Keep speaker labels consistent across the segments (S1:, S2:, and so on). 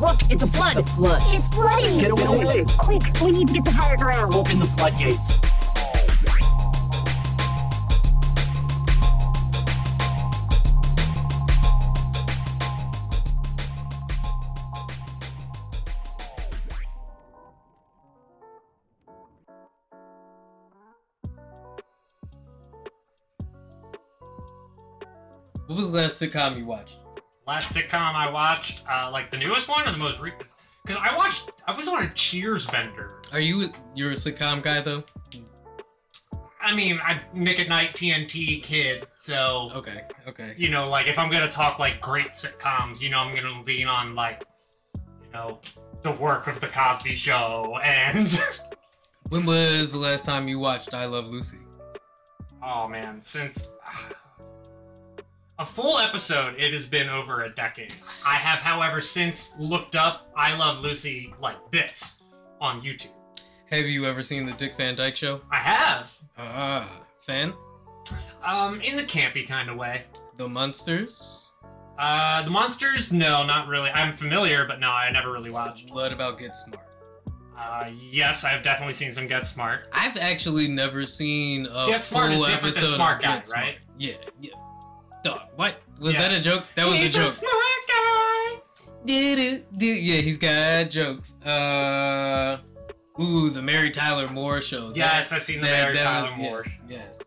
S1: Look, it's a flood.
S2: It's a flood.
S1: It's flooding.
S2: Get away.
S1: Quick, we need to get to higher ground.
S2: Open the floodgates.
S3: What was the last sitcom you watched?
S4: Last sitcom I watched, uh, like the newest one or the most recent? Because I watched, I was on a Cheers bender.
S3: Are you you're a sitcom guy though?
S4: I mean, I Nick at Night TNT kid, so
S3: Okay, okay.
S4: you know, like if I'm gonna talk like great sitcoms, you know, I'm gonna lean on like, you know, the work of the Cosby Show and
S3: When was the last time you watched I Love Lucy?
S4: oh man, since a full episode, it has been over a decade. I have, however, since looked up I Love Lucy like bits on YouTube.
S3: Have you ever seen the Dick Van Dyke Show?
S4: I have,
S3: Ah, fan.
S4: um, in the campy kind of way.
S3: The Monsters.
S4: Uh, the monsters? No, not really. I'm familiar, but no, I never really watched.
S3: What about Get Smart?
S4: Uh, yes, I've definitely seen some Get Smart.
S3: I've actually never seen a
S4: Get Smart is
S3: full
S4: different than
S3: episode of
S4: Smart Guy,
S3: Get Smart.
S4: right?
S3: Yeah, yeah. Duh, what was
S4: Yeah.
S3: that a joke? That was
S4: He's
S3: a joke.
S4: smart guy.
S3: Did it? Did, yeah, he's got jokes. Uh, ooh, the Mary Tyler Moore show. That-
S4: Yes, I've seen the Mary Tyler
S3: was-
S4: Moore.
S3: Yes, yes.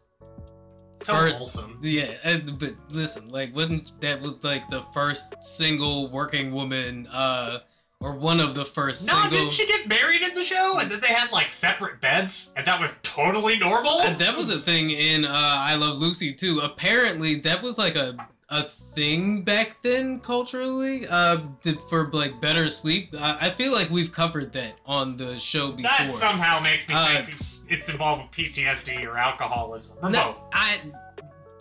S4: So
S3: First-
S4: wholesome.
S3: Yeah, and, but listen, like wasn't that was like the first single working woman, uh, or one of the first
S4: No,
S3: single.
S4: didn't she get married in the show? And then they had like separate beds, and that was totally normal.
S3: Uh, that was a thing in uh, I Love Lucy too. Apparently, that was like a a thing back then culturally uh, th- for like better sleep. I, I feel like we've covered that on the show before.
S4: That somehow makes me
S3: Uh,
S4: think it's, it's involved with PTSD or alcoholism or
S3: No,
S4: both.
S3: I.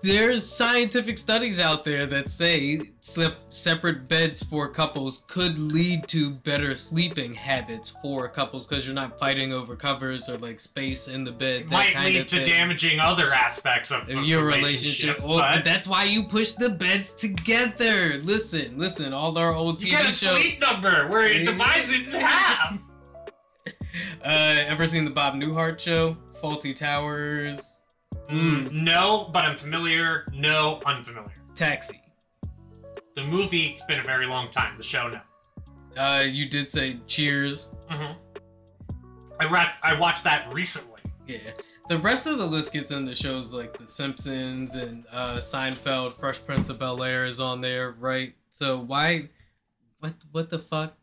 S3: There's scientific studies out there that say slip, separate beds for couples could lead to better sleeping habits for couples because you're not fighting over covers or like space in the bed.
S4: It
S3: That
S4: might
S3: kind
S4: lead
S3: of
S4: to
S3: thing.
S4: damaging other aspects of, of
S3: your
S4: the
S3: relationship. Oh,
S4: but
S3: that's why you push the beds together. Listen, listen, all our old
S4: you
S3: TV
S4: get a
S3: shows.
S4: sleep number where it
S3: Yeah.
S4: divides it in half.
S3: Uh, ever seen the Bob Newhart show? Faulty Towers, Mm.
S4: Mm, no, but I'm familiar. No, unfamiliar.
S3: Taxi.
S4: The movie, it's been a very long time. The show, no.
S3: Uh, you did say Cheers.
S4: hmm I ra- I watched that recently.
S3: Yeah. The rest of the list gets into shows like The Simpsons and uh, Seinfeld, Fresh Prince of Bel Air is on there, right? So why, what, what the fuck?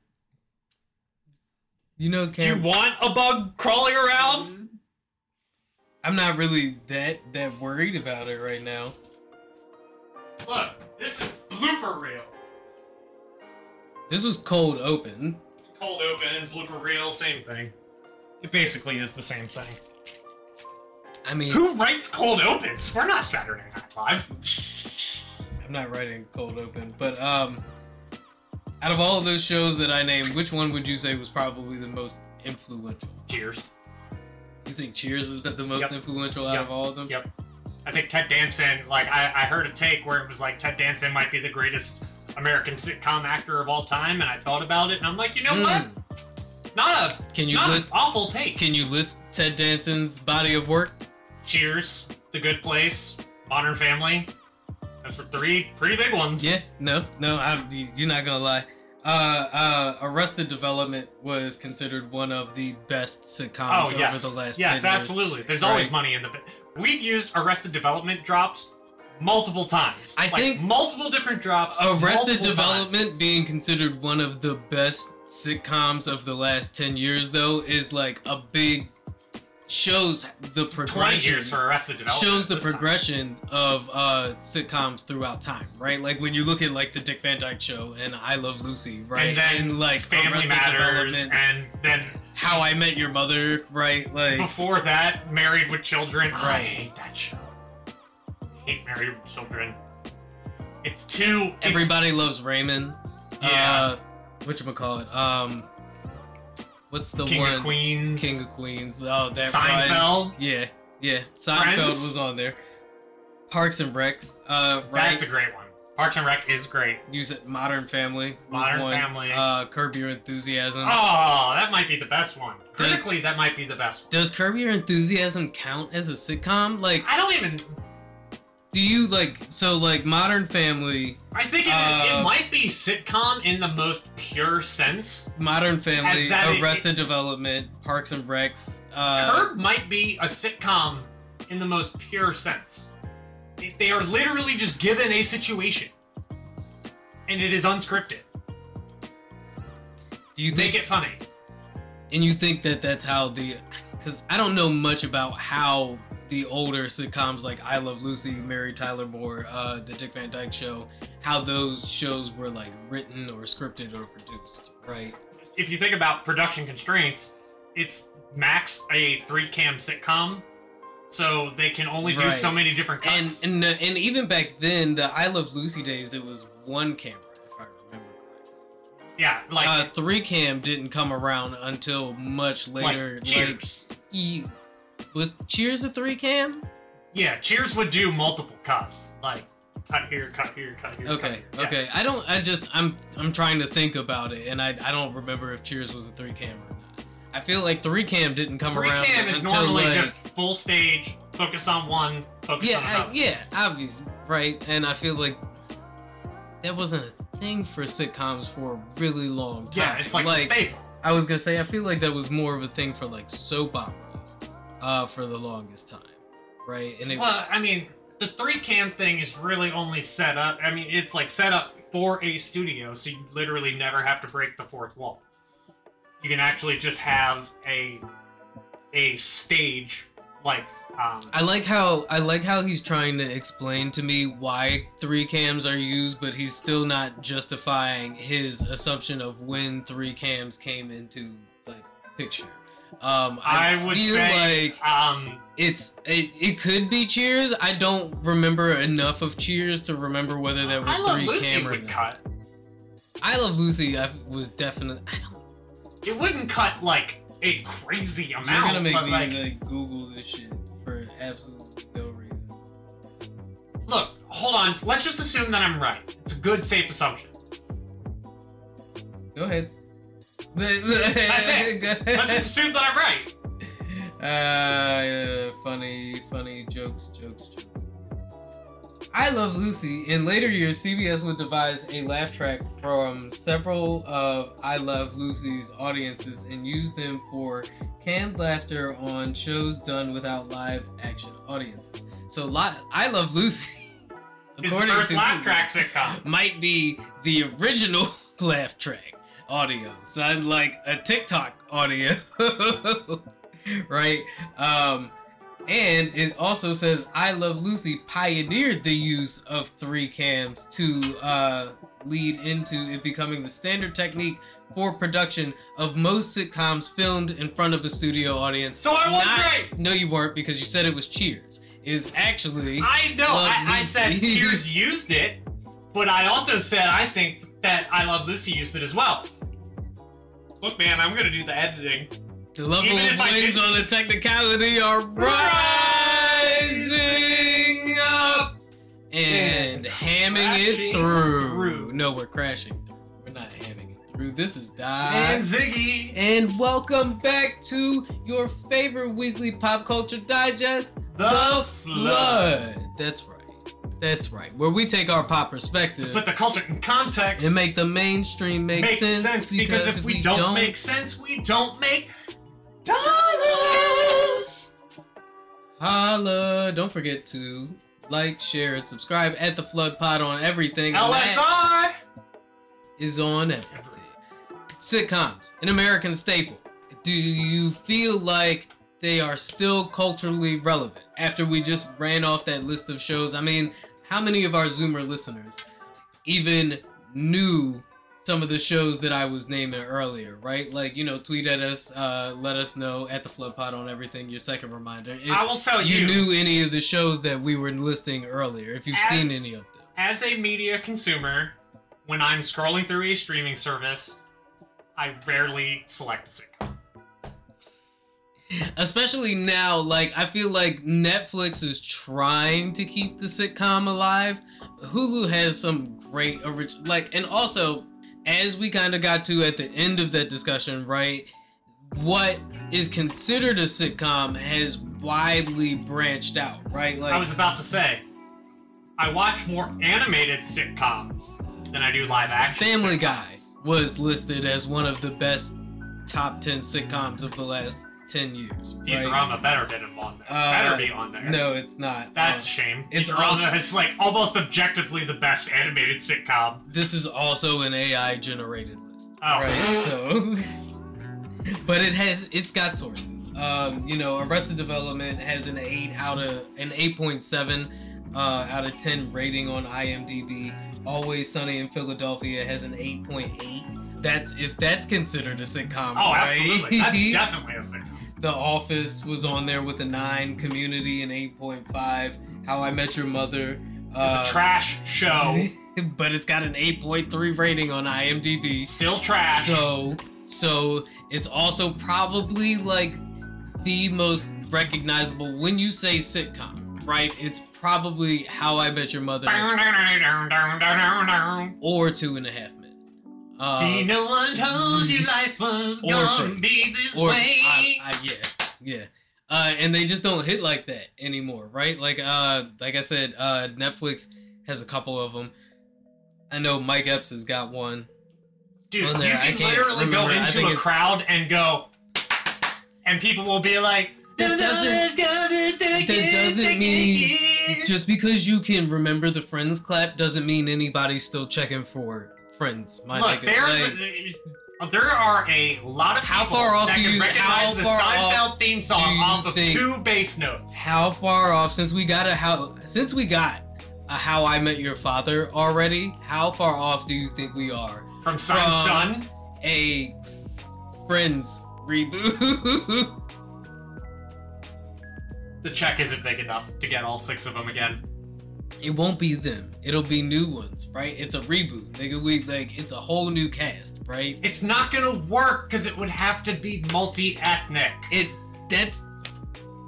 S3: You know,
S4: Do you
S3: Cam,
S4: want a bug crawling around?
S3: I'm not really that that worried about it right now.
S4: Look, this is blooper reel.
S3: This was cold open.
S4: Cold open, blooper reel, same thing. It basically is the same thing.
S3: I mean,
S4: Who writes cold opens? We're not Saturday Night Live.
S3: I'm not writing cold open, but um, out of all of those shows that I named, which one would you say was probably the most influential?
S4: Cheers.
S3: You think Cheers has been the most
S4: Yep.
S3: influential out
S4: Yep.
S3: of all of them?
S4: Yep. I think Ted Danson, like, I, I heard a take where it was like Ted Danson might be the greatest American sitcom actor of all time, and I thought about it, and I'm like, you know
S3: Hmm.
S4: what? Not a
S3: Can you
S4: not
S3: list?
S4: an awful take.
S3: Can you list Ted Danson's body of work?
S4: Cheers, The Good Place, Modern Family. Those were three pretty big ones.
S3: Yeah, no, no, I'm, you- you're not gonna lie. Uh, uh, Arrested Development was considered one of the best sitcoms
S4: Oh yes.
S3: over the last
S4: yes,
S3: 10 years.
S4: absolutely. There's always
S3: Right.
S4: money in the. bi- We've used Arrested Development drops multiple times.
S3: I
S4: Like,
S3: think-
S4: multiple different drops.
S3: Arrested
S4: multiple
S3: Development being considered one of the best sitcoms of the last 10 years, though, is like a big shows the
S4: times. Twenty
S3: progression.
S4: years for Arrested Development.
S3: shows the
S4: this time.
S3: progression of uh sitcoms throughout time, right? Like when you look at like the Dick Van Dyke show and I Love Lucy, right?
S4: And then
S3: like
S4: Family
S3: Arrested
S4: Matters,
S3: Development,
S4: and then
S3: How I Met Your Mother, right? Like
S4: before that, Married with Children. Oh, I
S3: Right.
S4: hate that show. I hate Married with Children. It's too. it's-
S3: Everybody Loves Raymond. Uh,
S4: Yeah.
S3: whatchamacallit? Um what's the
S4: King
S3: one
S4: of Queens.
S3: King of Queens. Oh that run.
S4: Seinfeld.
S3: Yeah, yeah. Seinfeld
S4: Friends?
S3: was on there. Parks and Recs. Uh, right.
S4: That's a great one. Parks and Rec is great.
S3: You said Modern Family. was
S4: Modern
S3: one.
S4: Family.
S3: Uh, Curb Your Enthusiasm.
S4: Oh, that might be the best one. Critically, that might be the best one.
S3: Does Curb Your Enthusiasm count as a sitcom? Like,
S4: I don't even.
S3: do you like so like Modern Family?
S4: I think it,
S3: Uh,
S4: it might be sitcom in the most pure sense.
S3: Modern Family,
S4: As that it-
S3: Arrested Development, Parks and Recs. Uh,
S4: Curb might be a sitcom in the most pure sense. It- They are literally just given a situation, and it is unscripted.
S3: do you
S4: They
S3: think
S4: get funny.
S3: and you think that that's how the because I don't know much about how the older sitcoms like I Love Lucy, Mary Tyler Moore, uh, the Dick Van Dyke Show, how those shows were like written or scripted or produced, right?
S4: If you think about production constraints, it's max a three cam sitcom, so they can only do
S3: Right.
S4: so many different
S3: And
S4: cuts.
S3: and the- and even back then, the I Love Lucy days, it was one camera, if I remember correctly.
S4: yeah, like
S3: Uh, three cam didn't come around until much later.
S4: like Cheers.
S3: e- was Cheers a three cam?
S4: yeah, Cheers would do multiple cuts. Like cut here, cut here, cut here. cut
S3: Okay,
S4: here. Yeah.
S3: okay. I don't. I just. I'm. I'm trying to think about it, and I. I don't remember if Cheers was a three cam or not. I feel like three cam didn't come
S4: Three
S3: around.
S4: cam is
S3: until,
S4: normally
S3: like-
S4: just full stage, focus on one, focus on
S3: Yeah,
S4: another.
S3: I, yeah. Obvious, right? And I feel like that wasn't a thing for sitcoms for a really long time.
S4: Yeah, it's like, the staple.
S3: I was gonna say, I feel like that was more of a thing for like soap operas, uh, for the longest time, right? And it,
S4: Well, I mean, the three cam thing is really only set up. I mean, it's like set up for a studio, so you literally never have to break the fourth wall. You can actually just have a a stage like um,
S3: I like how I like how he's trying to explain to me why three cams are used, but he's still not justifying his assumption of when three cams came into like picture. Um, I,
S4: I would
S3: feel
S4: say-
S3: like
S4: um
S3: it's it, it could be Cheers. I don't remember enough of Cheers to remember whether that was
S4: I love
S3: three
S4: Lucy
S3: cam or
S4: would
S3: not.
S4: cut.
S3: I love Lucy. I was definitely. I don't.
S4: It wouldn't cut like a crazy
S3: You're
S4: amount,
S3: gonna make
S4: but
S3: me
S4: like,
S3: like, Google this shit for absolutely no reason.
S4: look, hold on. Let's just assume that I'm right. It's a good, safe assumption.
S3: Go ahead.
S4: That's
S3: That's
S4: it. Let's just assume that I'm right.
S3: Uh, yeah, funny, funny jokes, jokes, jokes. I Love Lucy. In later years, CBS would devise a laugh track from several of I Love Lucy's audiences and use them for canned laughter on shows done without live action audiences. So, li- I Love Lucy,
S4: It's the first laugh
S3: Google,
S4: track sitcom.
S3: might be the original laugh track audio, son, like a TikTok audio, right? Um, and it also says I Love Lucy pioneered the use of three cams to uh, lead into it becoming the standard technique for production of most sitcoms filmed in front of a studio audience.
S4: So I was
S3: Not-
S4: right.
S3: No, you weren't because you said it was Cheers. Is actually
S4: I know.
S3: Love
S4: I, I
S3: Lucy.
S4: said Cheers used it, but I also said I think that I Love Lucy used it as well. Look, man, I'm gonna do the editing.
S3: The level
S4: Even
S3: of
S4: if I
S3: wins
S4: didn't-
S3: on the technicality are rising up and
S4: And
S3: hamming
S4: crashing
S3: it through.
S4: through.
S3: No, we're crashing through. We're not hamming it through. This is
S4: and
S3: Dive.
S4: Ziggy,
S3: And welcome back to your favorite weekly pop culture digest,
S4: the,
S3: The
S4: flood.
S3: Flood. That's right. That's right. Where we take our pop
S4: To
S3: perspective
S4: put the culture in context,
S3: and make the mainstream make
S4: makes sense, because, if we, don't, make sense, we don't make dollars.
S3: Holla! Don't forget to like, share, and subscribe at the Flood Pod on everything. and that
S4: LSR.
S3: is on everything. Sitcoms, an American staple. Do you feel like they are still culturally relevant after we just ran off that list of shows? I mean, how many of our Zoomer listeners even knew some of the shows that I was naming earlier, right? Like, you know, tweet at us, uh, let us know at the Flood Pod on everything. Your second reminder. If-
S4: I will tell
S3: you knew any of the shows that we were listing earlier, if you've seen
S4: As-
S3: any of them.
S4: as a media consumer, when I'm scrolling through a streaming service, I rarely select a sitcom.
S3: Especially now, like I feel like Netflix is trying to keep the sitcom alive. Hulu has some great orig- like and also as we kind of got to at the end of that discussion, right? What is considered a sitcom has widely branched out, right? Like
S4: I was about to say, I watch more animated sitcoms than I do live action.
S3: Family
S4: sitcoms.
S3: Guy was listed as one of the best top 10 sitcoms of the last 10 years. right?
S4: Futurama better been on there.
S3: Uh,
S4: better be on there.
S3: No, it's not.
S4: That's a
S3: Uh,
S4: shame.
S3: it's
S4: Futurama
S3: also-
S4: is like almost objectively the best animated sitcom.
S3: this is also an AI generated list.
S4: Oh.
S3: Right. So But it has it's got sources. Um, you know, Arrested Development has an 8 out of an 8.7 uh, out of 10 rating on IMDb. Always Sunny in Philadelphia has an 8.8. That's if that's considered a sitcom.
S4: Oh,
S3: right?
S4: absolutely. That's definitely a sitcom.
S3: The Office was on there with a nine. Community an eight point five. How I Met Your Mother. Um, uh,
S4: It's a trash show.
S3: but it's got an eight point three rating on IMDb.
S4: Still trash.
S3: So, so it's also probably like the most recognizable when you say sitcom, right? It's probably How I Met Your Mother
S4: Do
S3: or Two and a Half Men. Uh,
S4: you know one told you life was
S3: Or
S4: gonna
S3: Friends.
S4: be this
S3: or I,
S4: way?
S3: I, yeah, yeah. Uh, and they just don't hit like that anymore, right? Like, uh, like I said, uh, Netflix has a couple of them. I know Mike Epps has got one.
S4: Dude,
S3: on there.
S4: you
S3: I
S4: can
S3: can't
S4: literally go
S3: remember. I
S4: into
S3: think
S4: a
S3: it's-
S4: crowd and go, and people will be like,
S3: That doesn't- that doesn't mean- Just because you can remember the Friends clap doesn't mean anybody's still checking for Friends. My
S4: Look,
S3: nigga.
S4: there's
S3: Like,
S4: a, there are a lot of
S3: How
S4: people
S3: far off
S4: that
S3: do
S4: can
S3: you- how
S4: recognize the
S3: far
S4: Seinfeld theme
S3: do
S4: song
S3: you
S4: off of
S3: think-
S4: two bass notes.
S3: how far off since we got a how since we got a How I Met Your Father already? How far off do you think we are?
S4: From Son
S3: From-
S4: Son?
S3: A Friends reboot.
S4: The check isn't big enough to get all six of them again.
S3: it won't be them. It'll be new ones, right? It's a reboot, nigga. We like it's a whole new cast, right?
S4: It's not gonna work because it would have to be multi ethnic.
S3: It that's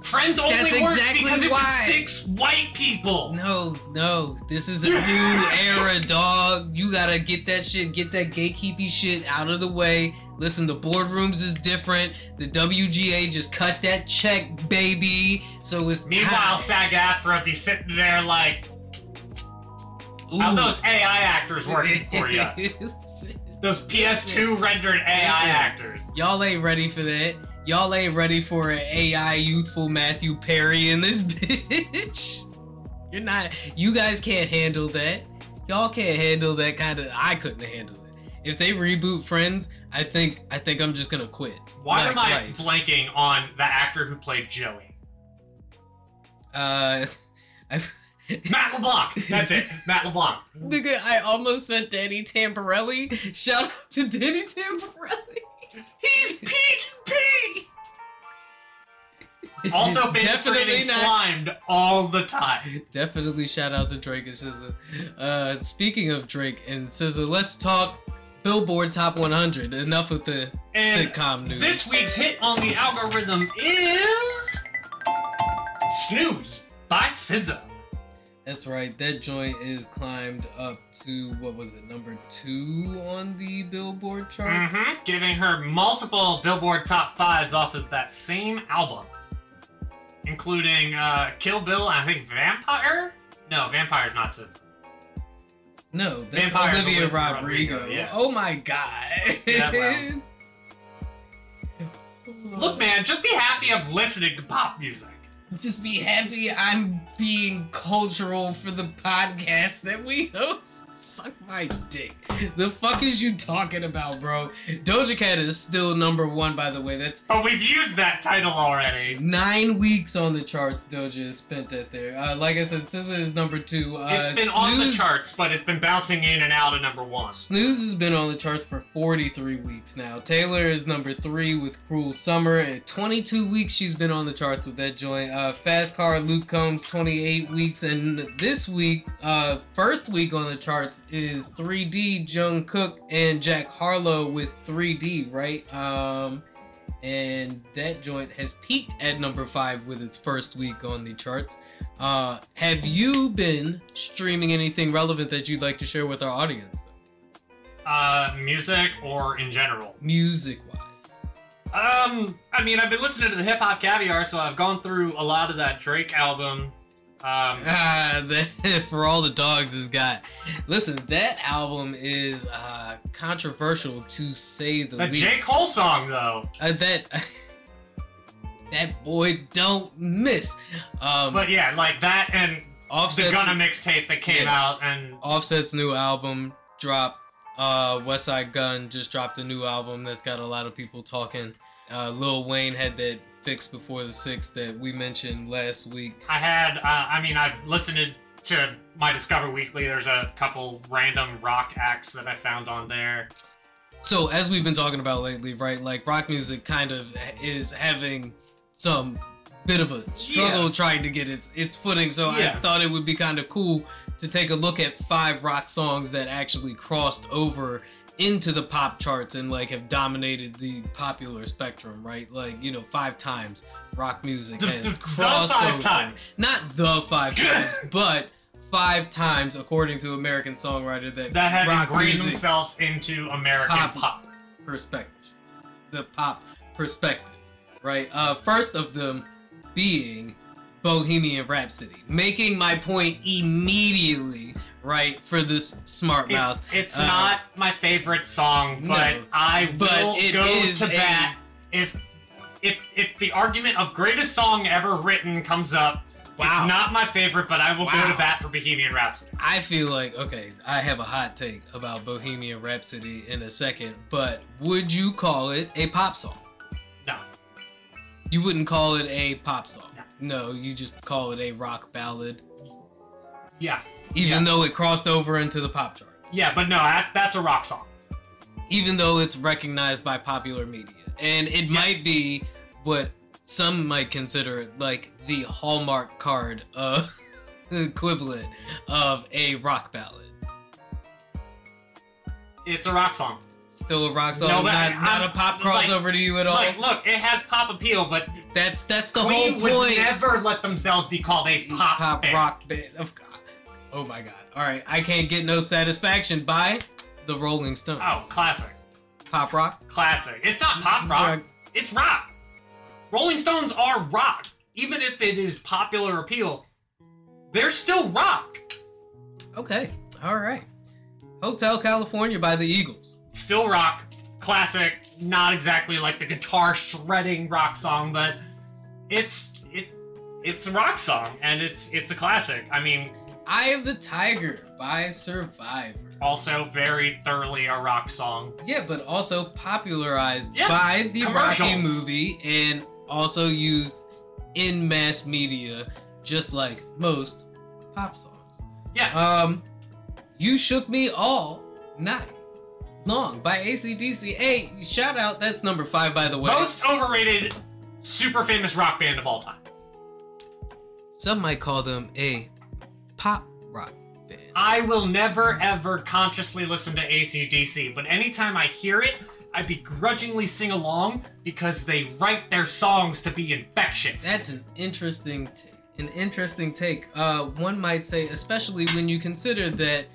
S4: Friends only
S3: That's
S4: worked
S3: exactly
S4: because it
S3: why.
S4: was six white people.
S3: no, no. This is a new era, dog. You gotta get that shit, get that gatekeepy shit out of the way. Listen, the boardrooms is different. The WGA just cut that check, baby. So it's time.
S4: Meanwhile, SAG AFTRA be sitting there like, how
S3: Ooh.
S4: those AI actors working for you? Those PS2 rendered AI
S3: Listen.
S4: actors.
S3: Y'all ain't ready for that. Y'all ain't ready for an AI youthful Matthew Perry in this bitch. You're not. You guys can't handle that. Y'all can't handle that kind of. I couldn't handle it. If they reboot Friends, I think I think I'm just gonna quit.
S4: Why
S3: Like,
S4: am I
S3: life.
S4: blanking on the actor who played Joey?
S3: Uh, I,
S4: Matt LeBlanc. That's it. Matt LeBlanc.
S3: nigga, I almost said Danny Tamborelli. Shout out to Danny Tamborelli.
S4: He's Pete P. Also famous for
S3: Definitely
S4: getting
S3: not-
S4: slimed all the time.
S3: Definitely shout out to Drake and SZA. Uh, speaking of Drake and SZA, let's talk Billboard Top 100. Enough with the
S4: And
S3: sitcom news.
S4: This week's hit on the algorithm is Snooze by SZA.
S3: That's right. That joint is climbed up to what was it, number two on the Billboard charts.
S4: Mhm, Giving her multiple Billboard top fives off of that same album, including uh, Kill Bill. and I think Vampire. No, Vampire's not SZA.
S3: No, that's
S4: Mm-hmm. Vampire's
S3: Olivia
S4: Olivia
S3: Rodrigo.
S4: Rodrigo, yeah.
S3: Oh my god.
S4: Yeah, wow. Look, man, just be happy I'm listening to pop music.
S3: just be happy I'm being cultural for the podcast that we host. Suck my dick. The fuck is you talking about, bro? Doja Cat is still number one, by the way. That's
S4: But we've used that title already.
S3: nine weeks on the charts. Doja has spent that there. Uh, like I said, SZA is number two. Uh,
S4: It's been on the
S3: Snooze-
S4: charts, but it's been bouncing in and out of number one.
S3: Snooze has been on the charts for 43 weeks now. Taylor is number three with Cruel Summer. At 22 weeks, she's been on the charts with that joint. Uh, Fast Car, Luke Combs, 28 weeks. And this week, uh, first week on the charts is 3D, Jungkook, and Jack Harlow with 3D, right? Um, and that joint has peaked at number five with its first week on the charts. Uh, have you been streaming anything relevant that you'd like to share with our audience?
S4: Uh, music or in general?
S3: Music wise.
S4: Um, I mean, I've been listening to the Hip Hop Caviar, so I've gone through a lot of that Drake album. Um,
S3: Ah, the, for all the dogs has got. Listen, that album is uh, controversial to say the
S4: that
S3: least.
S4: J. Cole song, though.
S3: Uh, that that boy don't miss. Um,
S4: But yeah, like that and the
S3: Offset's,
S4: Gunna mixtape that came
S3: Yeah.
S4: out, and
S3: Offset's new album dropped. Uh, West Side Gun just dropped a new album that's got a lot of people talking. Uh, Lil Wayne had that fix before the six that we mentioned last week.
S4: I had, uh, I mean, I've listened to my Discover Weekly. There's a couple random rock acts that I found on there.
S3: So as we've been talking about lately, right? Like rock music kind of is having some bit of a struggle trying to get its its footing. So I
S4: Yeah.
S3: thought it would be kind of cool to take a look at five rock songs that actually crossed over into the pop charts and like have dominated the popular spectrum, right? Like, you know, five times rock music
S4: The-
S3: has
S4: the- the
S3: crossed
S4: five
S3: over.
S4: times.
S3: Not the five times, but five times according to American songwriter that
S4: That had
S3: rock
S4: ingrained
S3: music
S4: themselves into American
S3: Pop.
S4: pop.
S3: perspective. The pop perspective, right? Uh, first of them being Bohemian Rhapsody, making my point immediately, right, for this smart
S4: It's,
S3: mouth.
S4: it's
S3: Uh,
S4: not my favorite song, but
S3: No.
S4: I will
S3: But it
S4: go
S3: is
S4: to
S3: a-
S4: bat if if if the argument of greatest song ever written comes up.
S3: Wow.
S4: It's not my favorite, but I will go
S3: Wow.
S4: to bat for Bohemian Rhapsody.
S3: I feel like, okay, I have a hot take about Bohemian Rhapsody in a second, but would you call it a pop song?
S4: No,
S3: You wouldn't call it a pop song. No, you just call it a rock ballad,
S4: yeah,
S3: even though it crossed over into the pop chart.
S4: yeah, but no, that, that's a rock song.
S3: even though it's recognized by popular media. And it might be what some might consider like the hallmark card of equivalent of a rock ballad.
S4: It's a rock song.
S3: Still a rock song,
S4: No, but
S3: not,
S4: I-
S3: not a
S4: I'm-
S3: pop
S4: like-
S3: crossover to you at all.
S4: Like, look, it has pop appeal, but
S3: that's that's the
S4: Queen
S3: whole
S4: would
S3: point.
S4: never let themselves be called a pop,
S3: pop
S4: band.
S3: rock band. Of God. Oh my God. All right, I can't get no satisfaction by the Rolling Stones.
S4: Oh, classic,
S3: Pop rock.
S4: classic. It's not pop rock.
S3: Rock.
S4: It's rock. Rolling Stones are rock, even if it is popular appeal. They're still rock.
S3: Okay. All right. Hotel California by the Eagles.
S4: Still rock, classic. Not exactly like the guitar shredding rock song, but it's it it's a rock song and it's it's a classic. I mean,
S3: Eye of the Tiger by Survivor.
S4: also very thoroughly a rock song.
S3: Yeah, but also popularized
S4: Yeah,
S3: by the Rocky
S4: commercials.
S3: movie and also used in mass media, just like most pop songs.
S4: Yeah.
S3: Um, You Shook Me All Night Long by ACDC. Hey, shout out. That's number five, by the way.
S4: Most overrated, super famous rock band of all time.
S3: Some might call them a pop rock band.
S4: I will never ever consciously listen to ACDC, but anytime I hear it, I begrudgingly sing along because they write their songs to be infectious.
S3: That's an interesting, t- an interesting take. Uh, one might say, especially when you consider that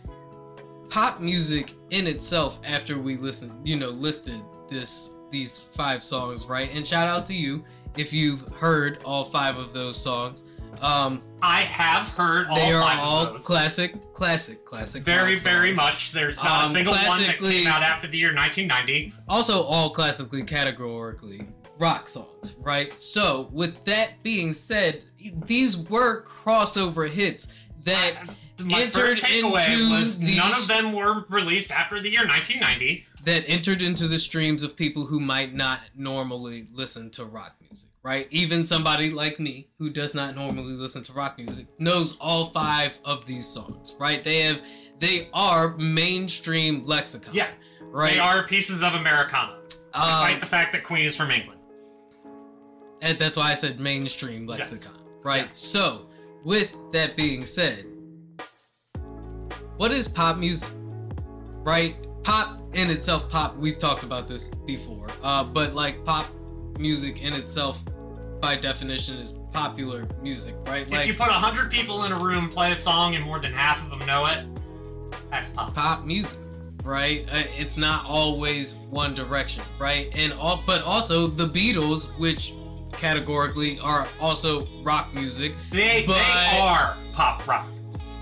S3: pop music in itself. After we listen, you know, listed this these five songs, right? And shout out to you if you've heard all five of those songs. Um,
S4: I have heard all
S3: they are
S4: five
S3: all
S4: of those.
S3: classic, classic, classic.
S4: very,
S3: rock
S4: very
S3: songs.
S4: much. There's not
S3: Um,
S4: a single one that
S3: classically-
S4: came out after the year 1990.
S3: also all classically categorically rock songs, right? So, with that being said, these were crossover hits that
S4: My
S3: entered
S4: first takeaway
S3: into
S4: was none
S3: these-
S4: of them were released after the year 1990.
S3: that entered into the streams of people who might not normally listen to rock music, right? Even somebody like me who does not normally listen to rock music knows all five of these songs, right? They have they are mainstream lexicon.
S4: Yeah,
S3: Right.
S4: They are pieces of Americana, despite
S3: Um,
S4: the fact that Queen is from England.
S3: And that's why I said mainstream
S4: Yes.
S3: lexicon, right?
S4: Yeah.
S3: So, with that being said, what is pop music? Right? Pop in itself, pop, we've talked about this before, uh, but like pop music in itself, by definition, is popular music, right?
S4: if you put a hundred people in a room, play a song, and more than half of them know it, that's pop.
S3: pop music right Uh, it's not always one direction right and all but also the beatles which categorically are also rock music
S4: They
S3: But-
S4: they are pop rock.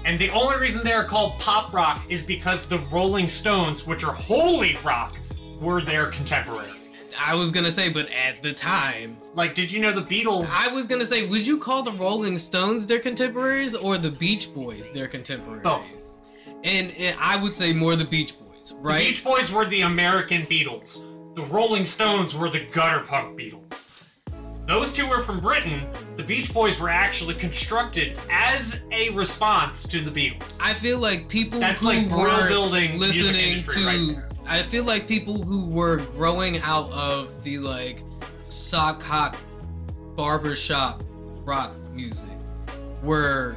S4: And the only reason they are called pop rock is because the Rolling Stones, which are holy rock, were their contemporary.
S3: i was gonna say but at the time
S4: Like, did you know the Beatles?
S3: i was gonna say would you call the rolling stones their contemporaries or the beach boys their contemporaries
S4: Both.
S3: and, and i would say more the beach boys right
S4: The Beach Boys were the American Beatles. The Rolling Stones were the gutter punk Beatles. Those two were from Britain. The Beach Boys were actually constructed as a response to the Beatles.
S3: I feel like people
S4: That's
S3: who
S4: like world
S3: were
S4: building music
S3: listening
S4: industry
S3: to.
S4: right there.
S3: I feel like people who were growing out of the like sock hop barbershop rock music were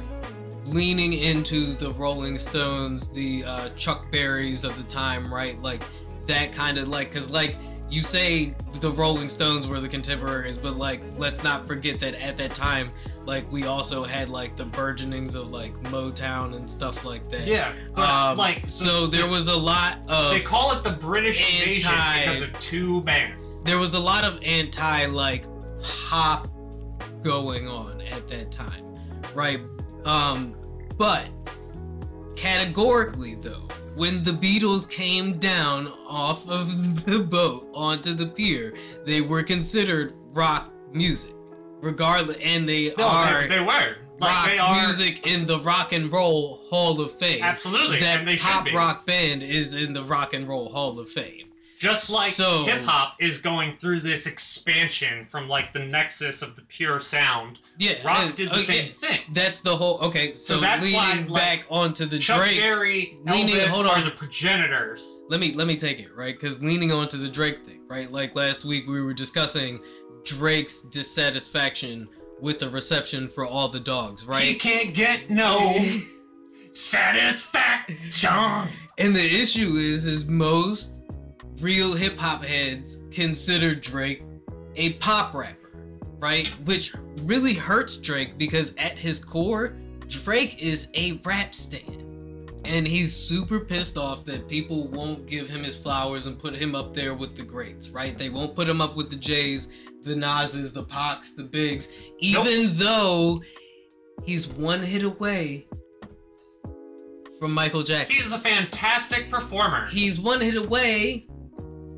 S3: leaning into the Rolling Stones, the uh, Chuck Berries of the time, right? Like that kind of like, cause like you say the Rolling Stones were the contemporaries, but like let's not forget that at that time, like we also had like the burgeonings of like Motown and stuff like that.
S4: Yeah, but
S3: Um,
S4: like
S3: so there was a lot of
S4: They call it the British invasion
S3: Anti-
S4: because of two bands.
S3: there was a lot of anti like pop going on at that time right um but categorically though when the beatles came down off of the boat onto the pier they were considered rock music regardless and they
S4: No,
S3: are
S4: they, they were.
S3: rock
S4: Like they are
S3: music in the rock and roll hall of fame
S4: Absolutely,
S3: that
S4: and they should
S3: pop
S4: be.
S3: rock band is in the rock and roll hall of fame
S4: just like
S3: So-
S4: hip hop is going through this expansion from like the nexus of the pure sound.
S3: yeah
S4: Rock
S3: and-
S4: did the
S3: oh, yeah,
S4: same thing.
S3: That's the whole okay. So,
S4: So that's
S3: leading
S4: why, like,
S3: back onto the
S4: Chuck
S3: Drake.
S4: Berry,
S3: leaning-
S4: Elvis
S3: hold on.
S4: are the progenitors.
S3: Let me let me take it right because leaning onto the Drake thing, right? Like last week we were discussing Drake's dissatisfaction with the reception for all the dogs,
S4: He
S3: right?
S4: can't get no satisfaction.
S3: and the issue is, is most real hip hop heads consider Drake a pop rapper, right? Which really hurts Drake because at his core, Drake is a rap stand. And he's super pissed off that people won't give him his flowers and put him up there with the greats, right? They won't put him up with the Jays, the Nas's, the Pox, the Bigs, even though he's one hit away from Michael Jackson.
S4: He's a fantastic performer.
S3: He's one hit away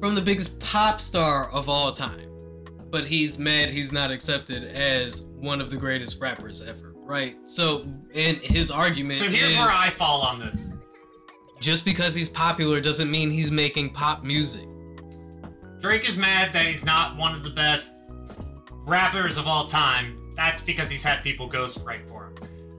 S3: from the biggest pop star of all time. But he's mad he's not accepted as one of the greatest rappers ever, right? So, and his argument
S4: so here's
S3: is
S4: where I fall on this.
S3: just because he's popular doesn't mean he's making pop music.
S4: Drake is mad that he's not one of the best rappers of all time. That's because he's had people ghostwrite for him.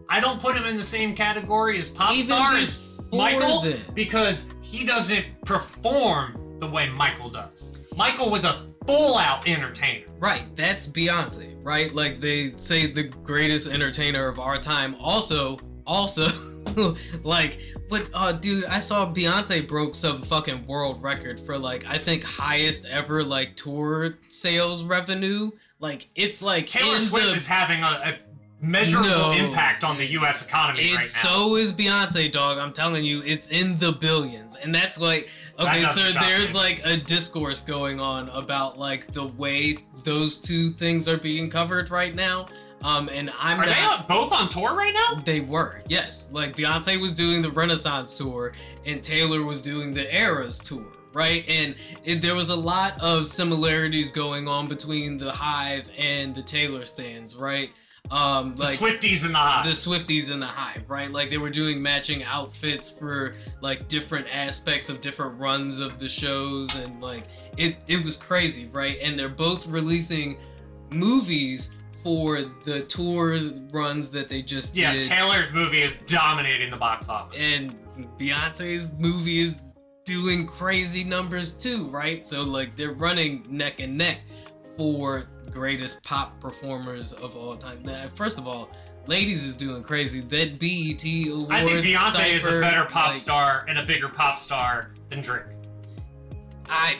S4: I don't put him in the same category as pop
S3: Even
S4: star as
S3: before
S4: Michael
S3: then.
S4: because he doesn't perform the way Michael does. Michael was a full out entertainer.
S3: Right, that's Beyonce, right? Like they say the greatest entertainer of our time. Also, also, like, but uh dude, I saw Beyonce broke some fucking world record for like I think highest ever like tour sales revenue. Like it's like
S4: Taylor
S3: in
S4: Swift
S3: the-
S4: is having a, a measurable
S3: No.
S4: impact on the U.S. economy
S3: it's
S4: right now.
S3: so is Beyonce, dog. I'm telling you, it's in the billions, and that's like
S4: That
S3: okay.
S4: doesn't
S3: So
S4: shock
S3: there's
S4: me.
S3: like a discourse going on about like the way those two things are being covered right now. Um, and I'm
S4: Are they
S3: not.
S4: on- both on tour right now?
S3: They were, yes. Like Beyonce was doing the Renaissance tour and Taylor was doing the Eras tour, right? And it, there was a lot of similarities going on between the Hive and the Taylor stands, right? Um, like
S4: the Swifties in the hot.
S3: the Swifties in the Hive, right? Like they were doing matching outfits for like different aspects of different runs of the shows and like it it was crazy, right? And they're both releasing movies for the tour runs that they just
S4: yeah,
S3: did.
S4: Taylor's movie is dominating the box office.
S3: and Beyonce's movie is doing crazy numbers too, right? So like they're running neck and neck for greatest pop performers of all time. Now, first of all, ladies is doing crazy. That BET awards.
S4: I think Beyonce is a
S3: Cypher,
S4: better pop
S3: like,
S4: star and a bigger pop star than Drake.
S3: I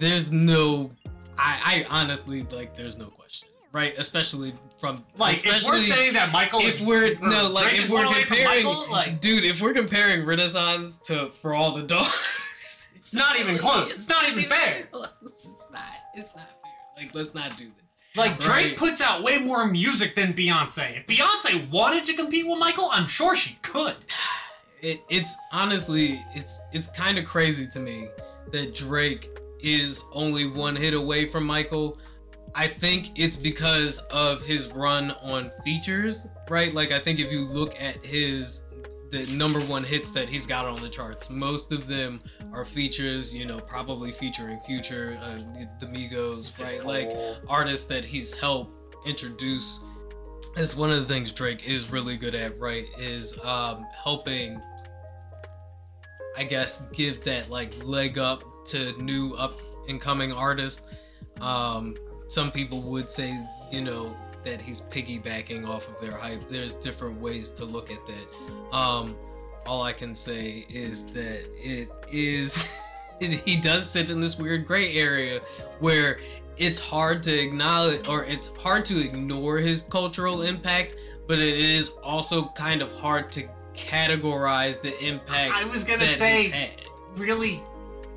S3: there's no I, I honestly like. There's no question, right? Especially from
S4: Like if
S3: especially
S4: we're saying that Michael
S3: if
S4: is
S3: we're
S4: or
S3: no like
S4: Drake
S3: if
S4: is
S3: we're
S4: one away from
S3: comparing,
S4: Michael, like
S3: dude, if we're comparing Renaissance to For All the Dogs,
S4: it's not even close. It's not even fair.
S3: close. It's not. It's not fair. Like let's not do that.
S4: Like Drake
S3: Right.
S4: puts out way more music than Beyonce. If Beyonce wanted to compete with Michael, I'm sure she could.
S3: it, it's honestly it's it's kind of crazy to me that Drake is only one hit away from Michael. I think it's because of his run on features, right? Like I think if you look at his the number one hits that he's got on the charts, most of them are features, you know, probably featuring Future, uh, the Migos, right? Like artists that he's helped introduce is one of the things Drake is really good at, right? Is um, helping, I guess, give that like leg up to new up and coming artists. Um, some people would say, you know, that he's piggybacking off of their hype. There's different ways to look at that. Um, all I can say is that it is. he does sit in this weird gray area where it's hard to acknowledge or it's hard to ignore his cultural impact, but it is also kind of hard to categorize the impact.
S4: I was gonna
S3: that
S4: say-
S3: he's had.
S4: Really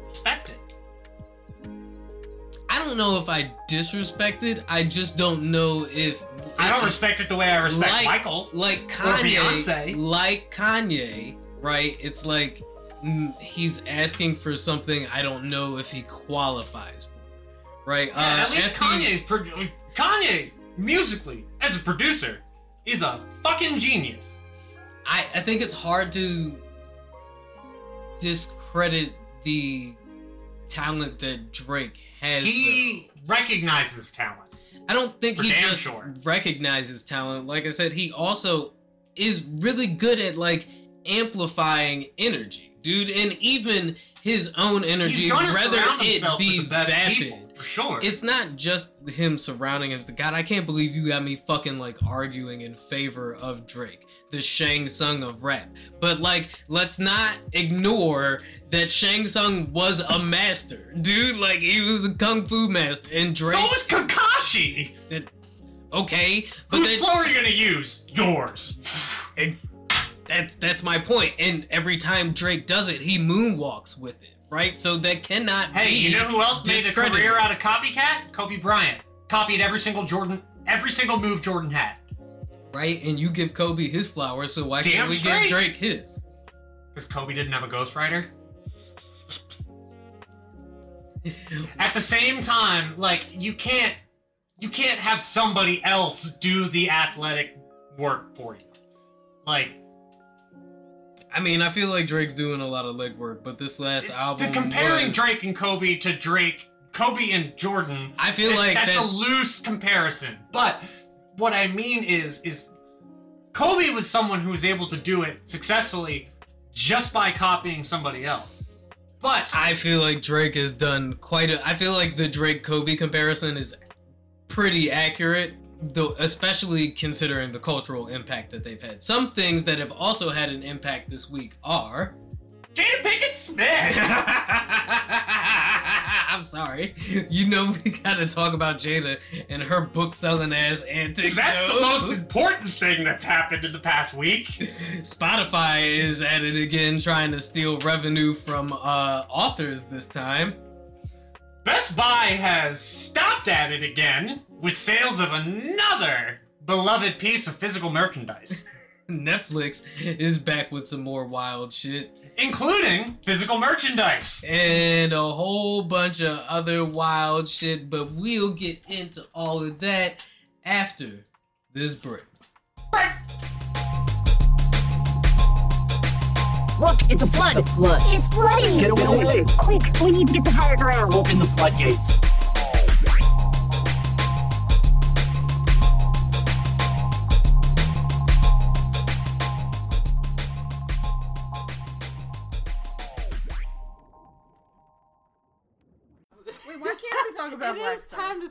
S4: respect it.
S3: I don't know if I disrespected. I just don't know if
S4: I don't respect it the way I respect
S3: Like-
S4: Michael.
S3: like Kanye,
S4: Beyonce.
S3: like Kanye, right? It's like mm, he's asking for something I don't know if he qualifies for, right? Uh,
S4: Yeah, at least
S3: FD
S4: Kanye's pro- Kanye musically as a producer is a fucking genius.
S3: I, I think it's hard to discredit the talent that Drake has.
S4: He recognizes talent.
S3: though. I don't think
S4: For
S3: he
S4: damn
S3: just
S4: sure.
S3: recognizes talent. Like I said, he also is really good at like amplifying energy, dude, and even his own energy,
S4: He's gonna
S3: rather
S4: surround
S3: it
S4: himself
S3: be
S4: with the best
S3: vapid.
S4: people for sure.
S3: It's not just him surrounding him. God, I can't believe you got me fucking like arguing in favor of Drake, the Shang Tsung of rap. But like, let's not ignore that Shang Tsung was a master, dude. Like, he was a kung fu master, and Drake.
S4: so is Kakashi.
S3: okay, but
S4: Whose
S3: that-
S4: flow are you gonna use? Yours.
S3: Ex- that's that's my point. And every time Drake does it, he moonwalks with it, right? So that cannot
S4: Hey,
S3: be.
S4: you know who else made a
S3: discredited.
S4: career out of copycat? Kobe Bryant copied every single Jordan, every single move Jordan had.
S3: right? And you give Kobe his flowers, so why
S4: Damn
S3: can't we
S4: straight.
S3: give Drake his?
S4: Because Kobe didn't have a ghostwriter. At the same time, like you can't you can't have somebody else do the athletic work for you. Like
S3: I mean, I feel like Drake's doing a lot of legwork, but this last album.
S4: the comparing
S3: was-
S4: Drake and Kobe to Drake, Kobe and Jordan
S3: I feel
S4: It-
S3: like
S4: that's, a loose comparison. But what I mean is, is Kobe was someone who was able to do it successfully just by copying somebody else. But
S3: I feel like Drake has done quite a. I feel like the Drake Kobe comparison is pretty accurate, though, especially considering the cultural impact that they've had. Some things that have also had an impact this week are.
S4: Jada Pinkett Smith.
S3: I'm sorry. You know we gotta talk about Jada and her book selling ass antics.
S4: That's the
S3: yo.
S4: most important thing that's happened in the past week.
S3: Spotify is at it again, trying to steal revenue from uh, authors this time.
S4: Best Buy has stopped at it again with sales of another beloved piece of physical merchandise,
S3: Netflix is back with some more wild shit
S4: including physical merchandise.
S3: and a whole bunch of other wild shit, but we'll get into all of that after this break.
S1: Look, it's a flood.
S2: The flood.
S1: It's flooding.
S2: Get away.
S1: Quick, we need to get to higher ground.
S2: Open the floodgates.
S5: Wait, why can't we talk about
S6: It
S5: Black
S6: is
S5: Tie?
S6: time to